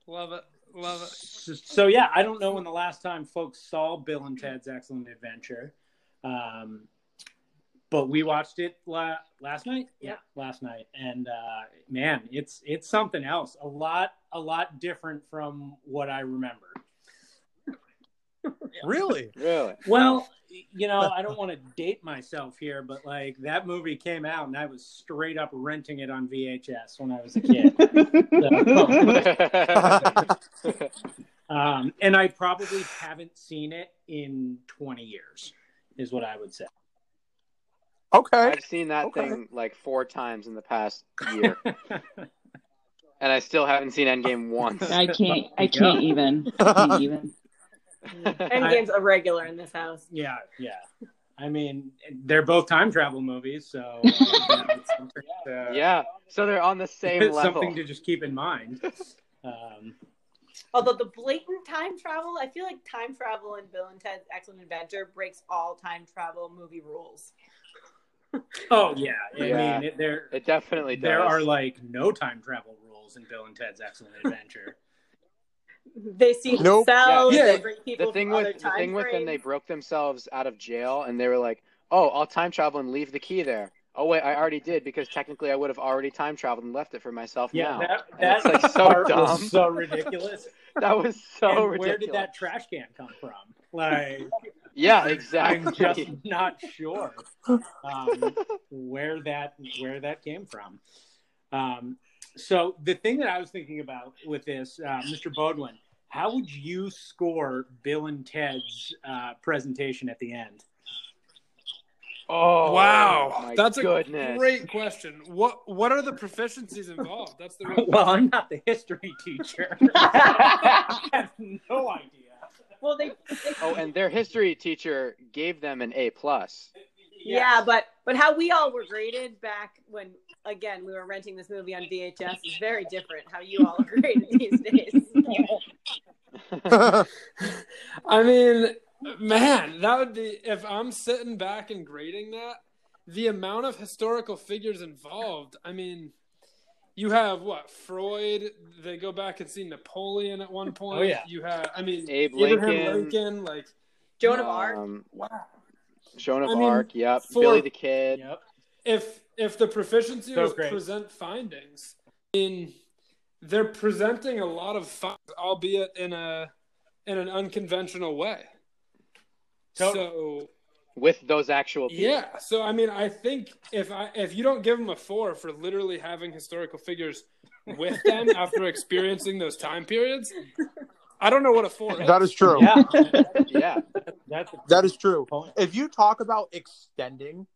B: Love it. Love it.
F: So, so, yeah, I don't know when the last time folks saw Bill and Ted's Excellent Adventure, um, but we watched it la- last night. Yeah, last night, and uh, man, it's it's something else. A lot, a lot different from what I remember.
G: Really?
C: really?
F: Well, you know, I don't want to date myself here, but like that movie came out, and I was straight up renting it on VHS when I was a kid. So- Um, and I probably haven't seen it in 20 years, is what I would say.
G: Okay.
C: I've seen that
G: Okay.
C: thing like four times in the past year, and I still haven't seen Endgame once.
E: I can't. I can't even. I can't even.
H: Endgame's a regular in this house.
F: yeah, yeah. I mean, they're both time travel movies, so uh, it's something, to,
C: yeah, so they're on the same
F: it's
C: level.
F: something to just keep in mind. Um,
H: Although the blatant time travel, I feel like time travel in Bill and Ted's Excellent Adventure breaks all time travel movie rules.
F: oh yeah, I
C: Yeah.
F: mean, it, there
C: It definitely does.
F: there are like no time travel rules in Bill and Ted's Excellent Adventure.
H: They see
G: Nope.
H: themselves.
B: Yeah.
H: They
B: Yeah.
H: bring people
C: the thing
H: from other
C: with the
H: time
C: thing with them, they
H: frames.
C: broke themselves out of jail, and they were like, "Oh, I'll time travel and leave the key there." Oh wait, I already did because technically I would have already time traveled and left it for myself
F: Yeah,
C: now.
F: that,
C: And
F: that
C: it's, like, so
F: part was
C: dumb.
F: so ridiculous.
C: that was so
F: and
C: ridiculous.
F: where did that trash can come from? Like,
C: Yeah,
F: I'm
C: exactly.
F: just not sure um, where that where that came from. Um, so the thing that I was thinking about with this, uh, Mr. Bodwin, how would you score Bill and Ted's uh, presentation at the end?
C: Oh
B: wow,
C: my
B: that's a
C: goodness.
B: great question. What what are the proficiencies involved? That's the real
F: Well, I'm not the history teacher. I have no idea.
H: Well, they.
C: Oh, and their history teacher gave them an A plus.
H: Yeah, but but how we all were graded back when again we were renting this movie on VHS is very different. How you all are graded these days.
B: I mean, man, that would be if I'm sitting back and grading that, the amount of historical figures involved. I mean, you have what Freud? They go back and see Napoleon at one point.
F: Oh, yeah.
B: You have, I mean,
C: Abe
B: Abraham
C: Lincoln.
B: Lincoln, like
H: Joan of Arc.
C: Um,
B: wow.
C: Joan of
B: I mean,
C: Arc. Yep.
B: for-
C: Billy the Kid.
F: Yep.
B: If if the proficiency
F: So
B: was
F: great.
B: present findings, I mean, they're presenting a lot of fun, albeit in a in an unconventional way.
F: Totally.
B: So
C: With those actual people.
B: Yeah. So I mean, I think if I if you don't give them a four for literally having historical figures with them after experiencing those time periods, I don't know what a four is.
D: That is true.
F: Yeah,
C: Yeah.
F: that's a
D: That is true.
C: Oh,
F: point.
D: If you talk about extending,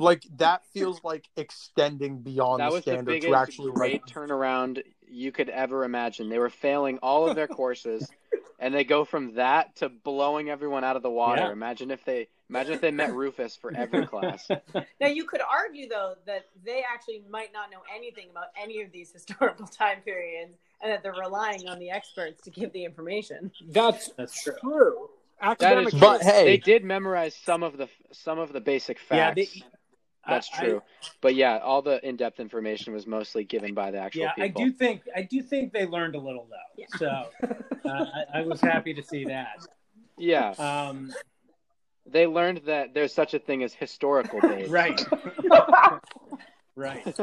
D: like that feels like extending beyond
C: That
D: the
C: was the
D: standard
C: biggest
D: to actually
C: great
D: like
C: turnaround you could ever imagine. They were failing all of their courses, and they go from that to blowing everyone out of the water.
F: Yeah.
C: Imagine if they imagine if they met Rufus for every class.
H: Now you could argue though that they actually might not know anything about any of these historical time periods, and that they're relying on the experts to give the information.
B: That's
F: That's true.
B: true.
C: That is
B: Academic,
D: true. But hey-
C: they did memorize some of the some of the basic
F: Yeah,
C: facts.
F: they- e-
C: That's
F: I- I-
C: true. But yeah, all the in-depth information was mostly given by the actual
F: yeah,
C: people.
F: I do think I do think they learned a little though.
H: Yeah.
F: So uh, I, I was happy to see that.
C: Yeah,
F: Um,
C: they learned that there's such a thing as historical days.
F: right, right.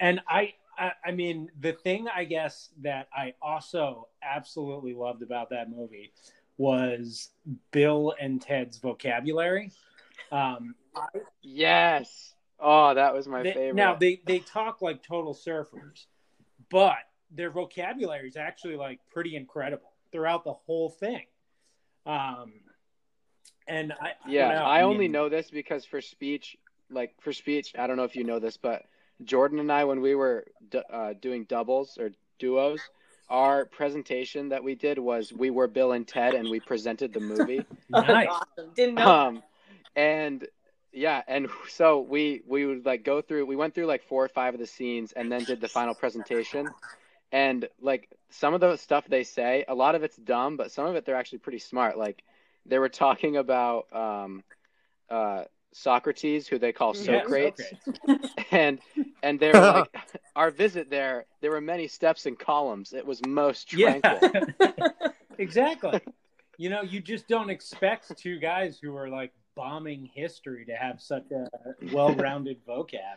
F: And I, I, I mean, the thing I guess that I also absolutely loved about that movie was Bill and Ted's vocabulary. Um,
C: Yes. Oh, that was my
F: they-
C: favorite.
F: Now they they talk like total surfers, but their vocabulary is actually like pretty incredible throughout the whole thing. Um, and I I
C: Yeah,
F: don't know,
C: I, only
F: mean,
C: know this because for speech, like for speech, I don't know if you know this, but Jordan and I, when we were d- uh, doing doubles or duos, our presentation that we did was we were Bill and Ted, and we presented the movie.
F: Nice.
H: awesome. Didn't know.
C: um, and yeah, and so we we would like go through. We went through like four or five of the scenes, and then did the final presentation. And like some of the stuff they say, a lot of it's dumb, but some of it they're actually pretty smart. Like they were talking about um, uh, Socrates, who they call
H: Yeah,
C: Socrates,
F: Socrates.
C: and and they were like, our visit there, there were many steps and columns. It was most
F: Yeah.
C: tranquil.
F: exactly. You know, you just don't expect two guys who are like bombing history to have such a well-rounded vocab.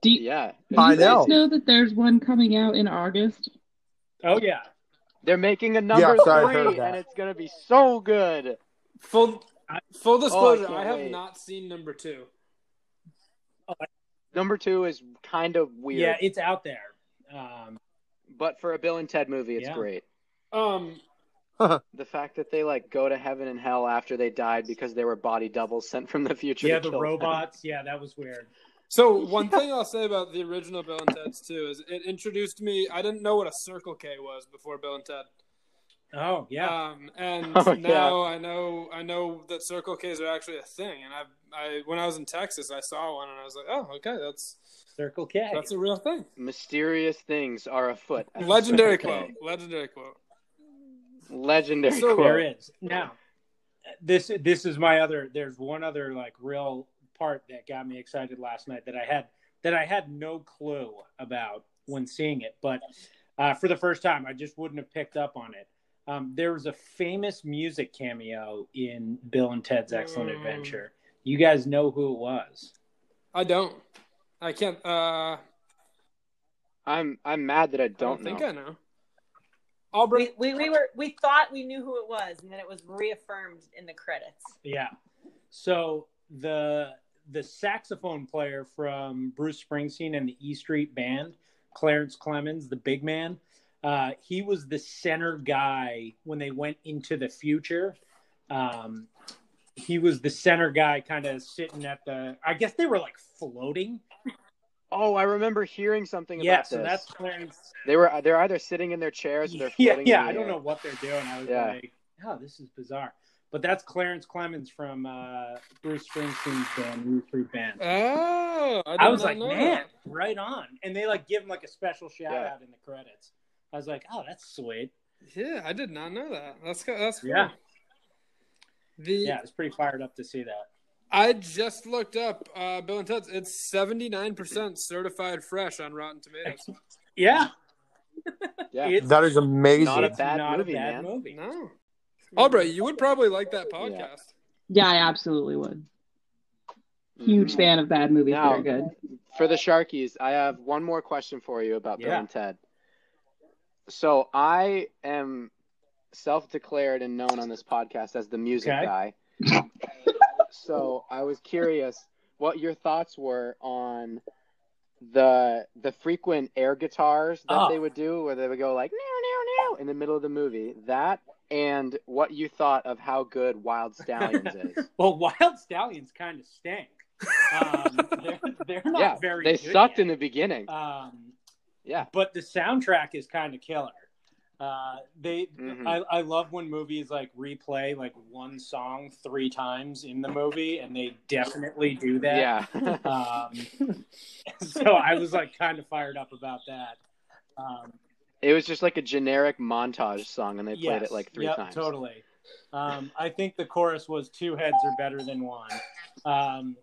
E: Do you,
C: Yeah,
E: do
C: it's
E: you
D: I
E: guys
D: know.
C: crazy.
E: know that there's one coming out in August?
F: Oh yeah,
C: They're making a number
D: Yes, I heard
C: three,
D: that.
C: and it's gonna be so good.
B: full full disclosure.
C: Oh, can't
B: I, have
C: wait.
B: not seen number two.
C: Number two is kind of weird,
F: yeah, it's out there. Um,
C: but for a Bill and Ted movie, it's
F: Yeah.
C: great.
B: Um,
C: The fact that they like go to heaven and hell after they died because they were body doubles sent from the future.
F: yeah,
C: to
F: the
C: kill them.
F: robots. Yeah, that was weird.
B: so one thing I'll say about the original Bill and Ted's too is it introduced me. I didn't know what a Circle K was before Bill and Ted.
F: Oh yeah,
B: Um, and
C: Oh, yeah.
B: now I know I know that Circle Ks are actually a thing. And I I when I was in Texas, I saw one and I was like, oh, okay, that's
F: Circle K.
B: that's a real thing.
C: Mysterious things are afoot.
B: Legendary
C: Okay.
B: quote. Legendary quote.
C: Legendary
B: So- uh,
C: quote.
F: There is now. This this is my other. There's one other like real part that got me excited last night that I had that I had no clue about when seeing it, but uh, for the first time, I just wouldn't have picked up on it. Um, there was a famous music cameo in Bill and Ted's Excellent
B: Mm.
F: Adventure You guys know who it was.
B: I don't. I can't. Uh,
C: I'm I'm mad that I
B: I don't
C: don't,
B: think
C: know.
B: I know. I'll bring.
H: We, we, we were we thought we knew who it was, and then it was reaffirmed in the credits.
F: Yeah. So the the saxophone player from Bruce Springsteen and the E Street Band, Clarence Clemens, the big man, uh, he was the center guy when they went into the future. Um, he was the center guy, kind of sitting at the. I guess they were like floating.
C: Oh, I remember hearing something
F: Yeah,
C: about
F: so
C: this.
F: that's Clarence.
C: They were they're either sitting in their chairs or they're
F: yeah,
C: floating in
F: yeah.
C: the
F: I don't
C: air.
F: know what they're doing. I was
C: Yeah.
F: like, oh, this is bizarre. But that's Clarence Clemens from uh, Bruce Springsteen's band, Root Fruit Band.
B: Oh, I, did
F: I was
B: not
F: like,
B: know
F: man,
B: that.
F: right on. And they like give him like a special shout
C: Yeah.
F: out in the credits. I was like, oh, that's sweet.
B: Yeah, I did not know that. That's co- that's cool.
F: Yeah.
B: The
F: Yeah, I was pretty fired up to see that.
B: I just looked up uh, Bill and Ted's. It's seventy nine percent certified fresh on Rotten Tomatoes.
F: Yeah,
C: Yeah.
F: it's
D: That is amazing.
C: Not a
F: it's
C: bad
F: not
C: movie,
F: a
C: man.
F: bad movie.
B: No, Aubrey, you would probably like that podcast.
E: Yeah, I absolutely would. Huge
C: Mhm.
E: fan of bad movies.
C: Now-
E: They're good.
C: For the Sharkies, I have one more question for you about Bill
F: Yeah.
C: and Ted. So I am self-declared and known on this podcast as the music
F: Okay.
C: guy. so I was curious what your thoughts were on the the frequent air guitars that
F: Oh.
C: they would do, where they would go like no no no in the middle of the movie. That and what you thought of how good Wild Stallions is.
F: Well, Wild Stallions kind of stink. Um, they're, they're not
C: yeah,
F: very.
C: they
F: good
C: sucked in
F: yet.
C: the beginning.
F: Um,
C: yeah.
F: but the soundtrack is kind of killer. Uh, they,
C: Mhm.
F: I, I love when movies like replay like one song three times in the movie, and they definitely do that.
C: Yeah.
F: Um, so I was like kind of fired up about that. Um,
C: It was just like a generic montage song, and they played
F: yes.
C: it like three
F: Yep,
C: times.
F: Totally. Um, I think the chorus was two heads are better than one. Um,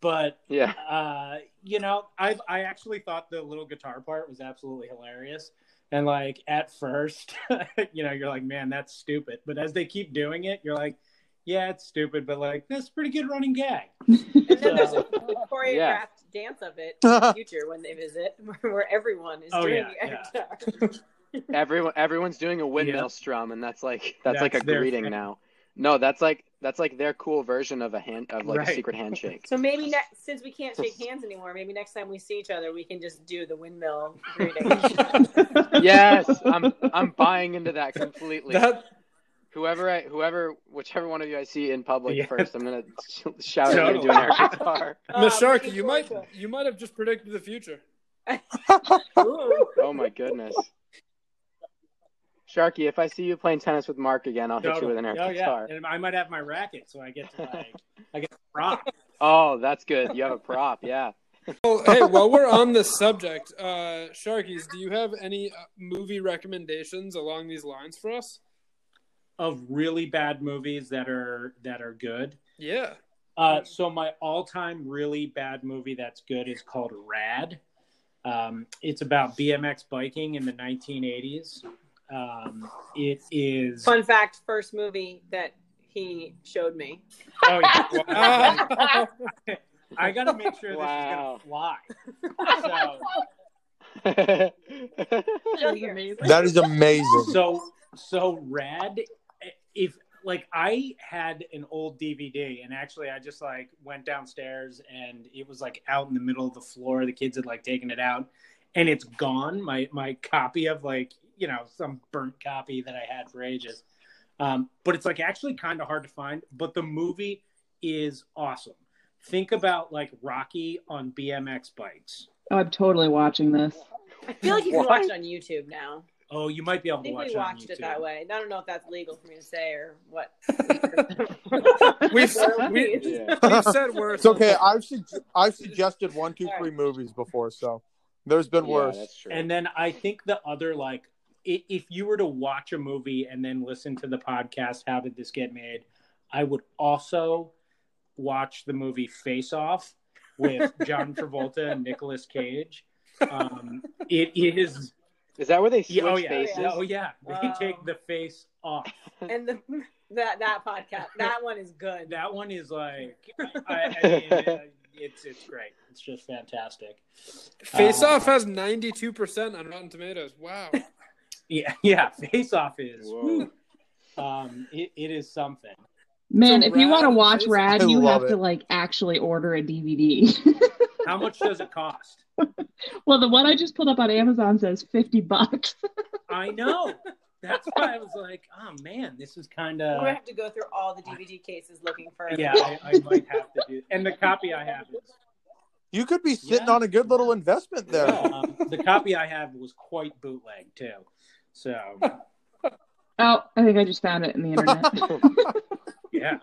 F: but
C: Yeah,
F: uh, you know, I I actually thought the little guitar part was absolutely hilarious. And like at first, you know, you're like, man, that's stupid. But as they keep doing it, you're like, yeah, it's stupid, but like that's a pretty good running gag.
H: And then there's
F: So-
H: a choreographed
C: Yeah.
H: dance of it in the future when they visit, where everyone is
F: Oh,
H: doing
F: yeah,
H: the
F: yeah.
H: avatar.
C: everyone everyone's doing a windmill
F: Yeah.
C: strum, and that's like that's, like a
F: That's their
C: greeting
F: thing.
C: now. No, that's like that's like their cool version of a hand of like a
F: Right.
C: secret handshake.
H: So maybe next, since we can't shake hands anymore, maybe next time we see each other, we can just do the windmill greeting.
C: yes, I'm I'm buying into that completely.
B: That
C: Whoever I whoever whichever one of you I see in public
F: Yeah.
C: first, I'm gonna shout at you
F: Totally.
C: doing our guitar.
D: Uh,
B: Miss
H: Um,
B: Sharkey, you might
H: Georgia.
B: you might have just predicted the future.
H: Ooh.
C: Oh my goodness. Sharky, if I see you playing tennis with Mark again, I'll hit you with an air
F: oh yeah,
C: guitar.
F: and I might have my racket, so I get to like, I get to rock.
C: Oh, that's good. You have a prop, yeah.
B: Well, hey, while we're on this subject, uh, Sharkies, do you have any uh, movie recommendations along these lines for us?
F: of really bad movies that are that are good.
B: Yeah.
F: Uh, so my all-time really bad movie that's good is called Rad. Um, it's about BMX biking in the 1980s. Um, it is
H: Fun fact: first movie that he showed me.
F: oh yeah, well,
B: Ah.
F: I gotta make sure this
C: Wow.
F: is gonna fly.
H: Still here.
D: That is
F: So
D: amazing.
F: so so Rad. If like I had an old DVD and actually I just like went downstairs and it was like out in the middle of the floor. The kids had like taken it out and it's gone. My my copy of like you know some burnt copy that I had for ages, um, but it's like actually kind of hard to find. But the movie is awesome. Think about like Rocky on BMX bikes.
E: Oh, I'm totally watching this.
H: I feel like you can watch it on YouTube now.
F: Oh, you might be able
H: I
F: to
H: think
F: watch.
H: we
F: it on
H: watched it
F: YouTube.
H: that way. I don't know if that's legal for me to say or what.
B: We've, we,
H: Please.
C: yeah.
B: we've said worse.
D: It's okay. I've sug- I've suggested one, two, three movies before, so there's been
C: Yeah,
D: worse.
C: that's true.
F: And then I think the other like i- if you were to watch a movie and then listen to the podcast how did this get made? I would also watch the movie Face Off with John Travolta and Nicolas Cage. Um, it is oh,
C: is that where they switch
F: yeah, oh yeah
C: faces?
F: oh yeah they
H: Wow.
F: take the face off.
H: and the That that podcast, that one is good.
F: That one is like, I, I mean, uh, it's it's great. It's just fantastic.
B: Face
F: Uh,
B: Off has 92% on Rotten Tomatoes. Wow.
F: Yeah, yeah. Face Off is.
C: Whoa.
F: whew, Um, it, it is something.
E: Man,
B: So
E: if you want to
B: Rad
E: watch
B: is-
E: Rad,
D: I
E: you
D: love
E: have to
D: it.
E: like actually order a DVD.
F: How much does it cost?
E: well, the one I just pulled up on Amazon says 50 bucks.
F: I know. That's why I was like, oh man, this is kind
H: We're gonna
F: of.
H: have to go through all the DVD cases looking for.
F: uh, Yeah, I, I might have to do. And the copy I have is.
G: You could be sitting
F: Yeah.
G: on a good little investment there.
F: Um, the copy I have was quite bootleg too. So
E: Oh, I think I just found it in the internet.
F: yeah.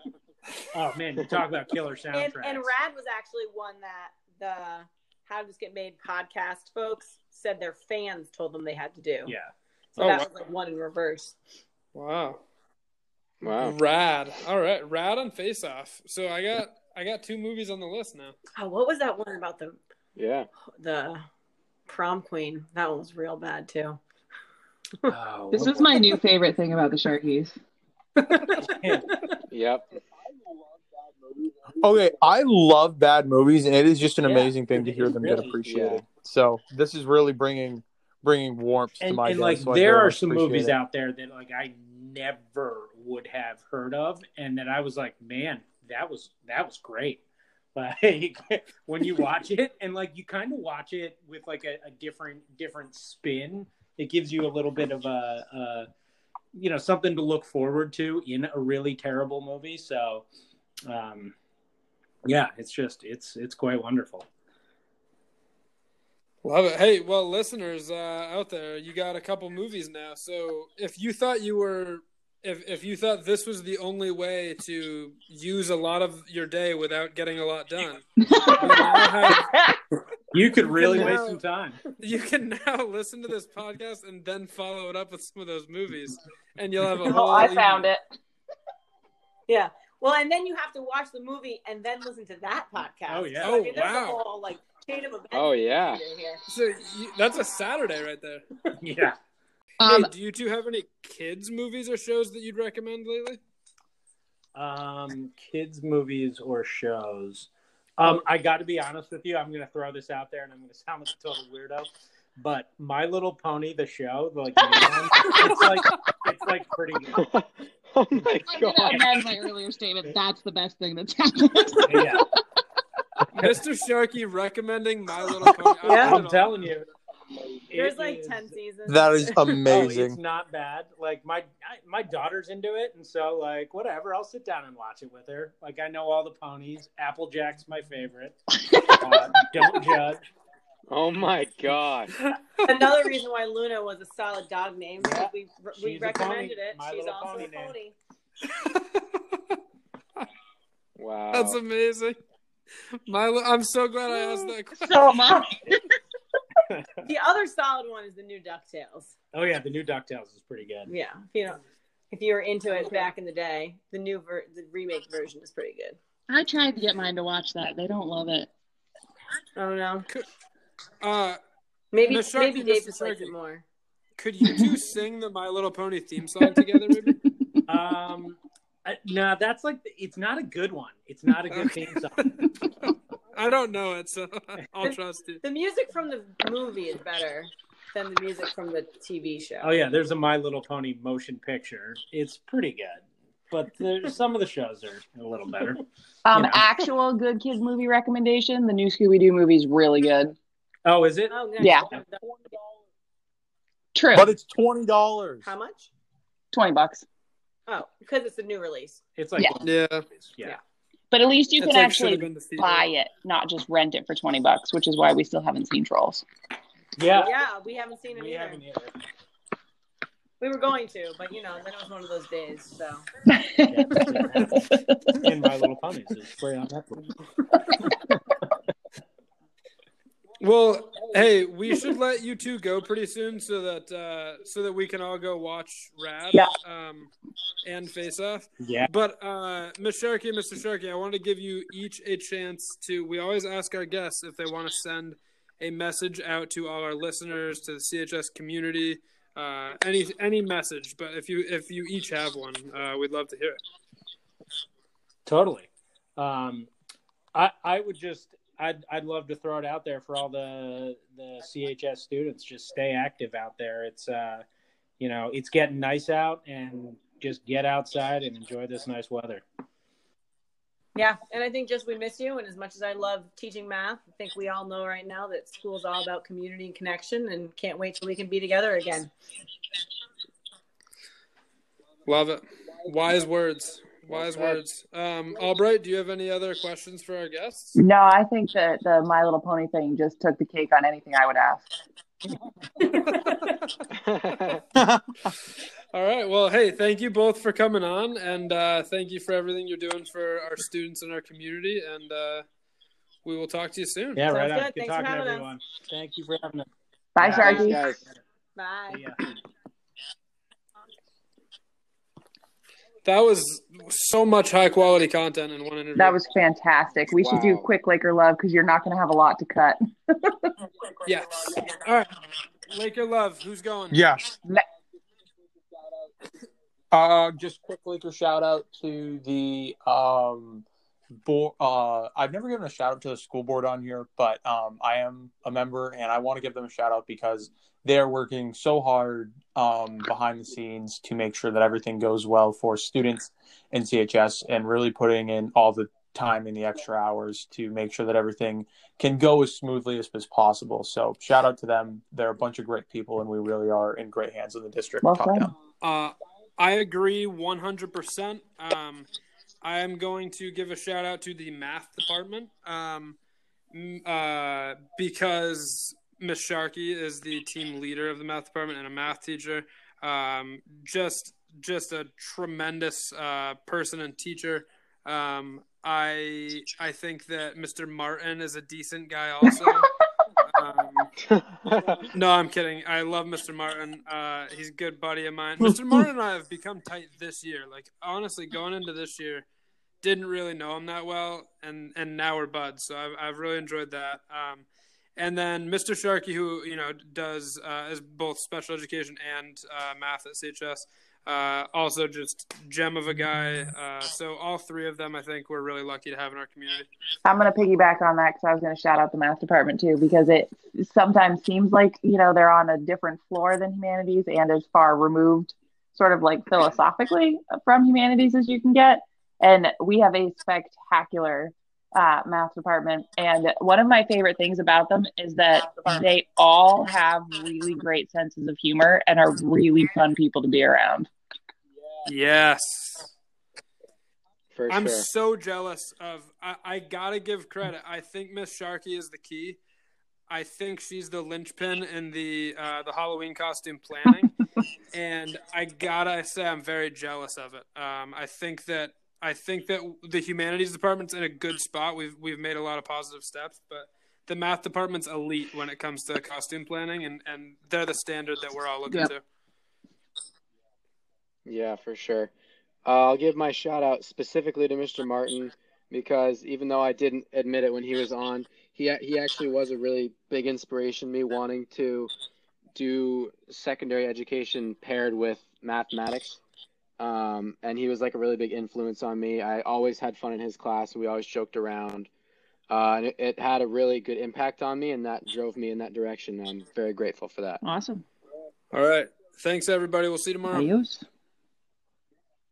F: Oh man, you talk about killer
H: and,
F: soundtracks.
H: and Rad was actually one that the How Does This Get Made podcast folks said their fans told them they had to do.
F: yeah.
H: So
B: Oh,
H: that
B: wow.
H: was like one in reverse.
B: Wow.
C: Wow.
B: Rad. All right. Rad on Face Off. So I got I got two movies on the list now.
H: Oh, what was that one about the
C: Yeah.
H: the prom queen? That one was real bad too.
F: Oh,
E: this
F: what
E: is my new favorite thing about the Sharkies.
F: was-
C: Yep.
D: Okay, I love bad movies, and it is just an
F: Yeah,
D: amazing thing to
F: it
D: hear
F: is
D: them
F: really-
D: get appreciated. So this is really bringing bringing warmth to
F: and,
D: my
F: and
D: day,
F: like
D: so I
F: there
D: very
F: are
D: much
F: some
D: appreciate
F: movies
D: it.
F: out there that like I never would have heard of, and that I was like, man, that was that was great. Like when you watch it, and like you kind of watch it with like a, a different different spin, it gives you a little bit of a, a you know something to look forward to in a really terrible movie. So, um, yeah, it's just it's it's quite wonderful.
B: Love it. Hey, well, listeners uh, out there, you got a couple movies now. So if you thought you were, if if you thought this was the only way to use a lot of your day without getting a lot done, you, now have-
F: You could really
B: Yeah.
F: waste some time.
B: you can now listen to this podcast and then follow it up with some of those movies, and you'll have a whole. evening.
H: Yeah. Well, and then you have to watch the movie and then listen to that podcast.
F: Oh, yeah.
H: So, I
B: Oh,
H: mean, there's
B: wow.
H: a whole like chain of events.
C: Oh, yeah.
H: Here.
B: So you, that's a Saturday right there.
F: Yeah.
E: Um,
B: hey, do you two have any kids movies or shows that you'd recommend lately?
F: Um, kids movies or shows. Um, I got to be honest with you. I'm going to throw this out there, and I'm going to sound like a total weirdo. But My Little Pony, the show, like new one, it's like it's like pretty good.
C: oh my
E: I'm going to
C: god.
E: amend my earlier statement. That's the best thing that's happened.
F: Yeah,
B: Mr. Sharkey recommending My Little Pony. I
H: Yeah.
B: love it
F: I'm
B: all.
F: telling you. it
H: There's like
F: is-
H: 10 seasons.
D: That is
F: Oh, it's
D: amazing.
F: not bad. Like my I, my daughter's into it, and so like whatever, I'll sit down and watch it with her. Like I know all the ponies. Applejack's my favorite. Uh, don't judge.
C: Oh my god.
H: Another reason why Luna was a solid dog name because we, we
F: She's a pony.
H: recommended it.
F: My
H: She's
F: Little
H: also
F: Pony
H: a
F: name.
H: pony.
C: Wow.
B: That's
E: Um,
B: amazing. My, li- I'm so glad I asked that question.
E: so much.
H: The other solid one is the new DuckTales.
F: Oh yeah, the new Ducktales is pretty good.
H: Yeah, if you know, if you were into it back in the day, the new ver- the remake version is pretty good.
E: I tried to get mine to watch that. They don't love it.
H: I don't know.
B: Uh,
H: Maybe
B: Miss Sharkey,
H: maybe Dave
B: Mr.
H: just likes
B: Sharkey.
H: it more.
B: could you two sing the My Little Pony theme song together, maybe?
F: Um, uh, no, that's like it's not a good one. It's not a good theme song.
B: I don't know it, so I'll trust you.
H: The music from the movie is better than the music from the TV show.
F: Oh yeah, there's a My Little Pony motion picture. It's pretty good, but there's some of the shows are a little better.
E: Um,
F: You know.
E: actual good kid movie recommendation. The new Scooby Doo movie is really good.
F: Oh, is it?
H: Oh, good.
E: Yeah. True.
D: But it's twenty dollars.
H: How much?
E: Twenty bucks.
H: Oh, because it's a new release.
F: It's like
E: Yeah.
B: Yeah.
F: yeah.
E: But at least you
B: That's
E: can
B: like
E: actually
B: should've been the theater.
E: buy it, not just rent it for twenty bucks, which is why we still haven't seen Trolls.
F: Yeah.
H: Yeah, we haven't seen it
F: We
H: either.
F: haven't either.
H: We were going to, but you know, then it was one of those days. So
F: Yeah, and My Little Ponies is free on Netflix.
B: Well, hey, we should let you two go pretty soon so that uh, so that we can all go watch Rad
E: Yeah.
B: um, and Face Off.
F: Yeah.
B: But uh, Miss Sharkey and Mr. Sharkey, I wanted to give you each a chance to. We always ask our guests if they want to send a message out to all our listeners, to the CHS community, uh, uh, any any message. But if you if you each have one, uh, we'd love to hear it.
F: Totally. Um, I I would just I'd I'd love to throw it out there for all the the CHS students. Just stay active out there. It's uh, you know, it's getting nice out, and just get outside and enjoy this nice weather.
H: Yeah, and I think just we miss you. And as much as I love teaching math, I think we all know right now that school is all about community and connection, and can't wait till we can be together again.
B: Love it. Wise words. Wise words. Um, Albright, do you have any other questions for our guests?
E: Mm-hmm.
I: No, I think that the My Little Pony thing just took the cake on anything I would ask.
B: All right. Well, hey, thank you both for coming on, and uh, thank you for everything you're doing for our students and our community. And uh, we will talk to you soon.
F: Yeah,
H: Hmm, Sounds
F: right.
H: good.
F: on. Good
H: Thanks for
F: talking,
H: having us.
F: everyone. Thank you for having us.
I: Bye,
F: Yeah.
I: Sharky.
C: Guys,
H: Bye.
F: See ya.
B: That was so much high quality content in one interview.
I: That was fantastic. We should do
C: Wow.
I: quick Laker love because you're not going to have a lot to cut.
B: yes. All right. Laker love. Who's going?
D: Yes.
I: Ne-
D: Uh, just quick Laker shout out to the um, board. Uh, I've never given a shout out to the school board on here, but um, I am a member and I want to give them a shout out because they're working so hard um, behind the scenes to make sure that everything goes well for students in CHS and really putting in all the time and the extra hours to make sure that everything can go as smoothly as, as possible. So shout out to them. They're a bunch of great people and we really are in great hands in the district.
I: Well
D: top
I: said.
D: down.
B: Uh, I agree 100%. Um, I am going to give a shout out to the math department um, m- uh, because Miss Sharkey is the team leader of the math department and a math teacher. Um, just, just a tremendous uh, person and teacher. Um, I, I think that Mr. Martin is a decent guy also. um, no, I'm kidding. I love Mr. Martin. Uh, he's a good buddy of mine. Mr. Martin and I have become tight this year. Like honestly, going into this year, didn't really know him that well, and and now we're buds. So I've I've really enjoyed that. Um, and then Mr. Sharkey, who you know does uh, is both special education and uh, math at CHS. Uh, also, just gem of a guy. Uh, so all three of them, I think, we're really lucky to have in our community.
I: I'm going to piggyback on that because I was going to shout out the math department too because it sometimes seems like, you know, they're on a different floor than humanities and as far removed sort of like philosophically from humanities as you can get. And we have a spectacular uh, math department. And one of my favorite things about them is that they all have really great senses of humor and are really fun people to be around.
B: Yes.
C: for
B: I'm
C: sure.
B: so jealous of. I, I gotta give credit. I think Miss Sharkey is the key. I think she's the linchpin in the uh, the Halloween costume planning, and I gotta say I'm very jealous of it. Um, I think that I think that the humanities department's in a good spot. We've we've made a lot of positive steps, but the math department's elite when it comes to costume planning, and and they're the standard that we're all looking
I: Yep.
B: to.
C: Yeah, for sure. Uh, I'll give my shout out specifically to Mr. Martin because even though I didn't admit it when he was on, he he actually was a really big inspiration to me wanting to do secondary education paired with mathematics. Um, and he was like a really big influence on me. I always had fun in his class. We always joked around. Uh, and it, it had a really good impact on me, and that drove me in that direction. I'm very grateful for that.
I: Awesome.
B: All right, thanks everybody. We'll see you tomorrow.
E: É
I: Adios.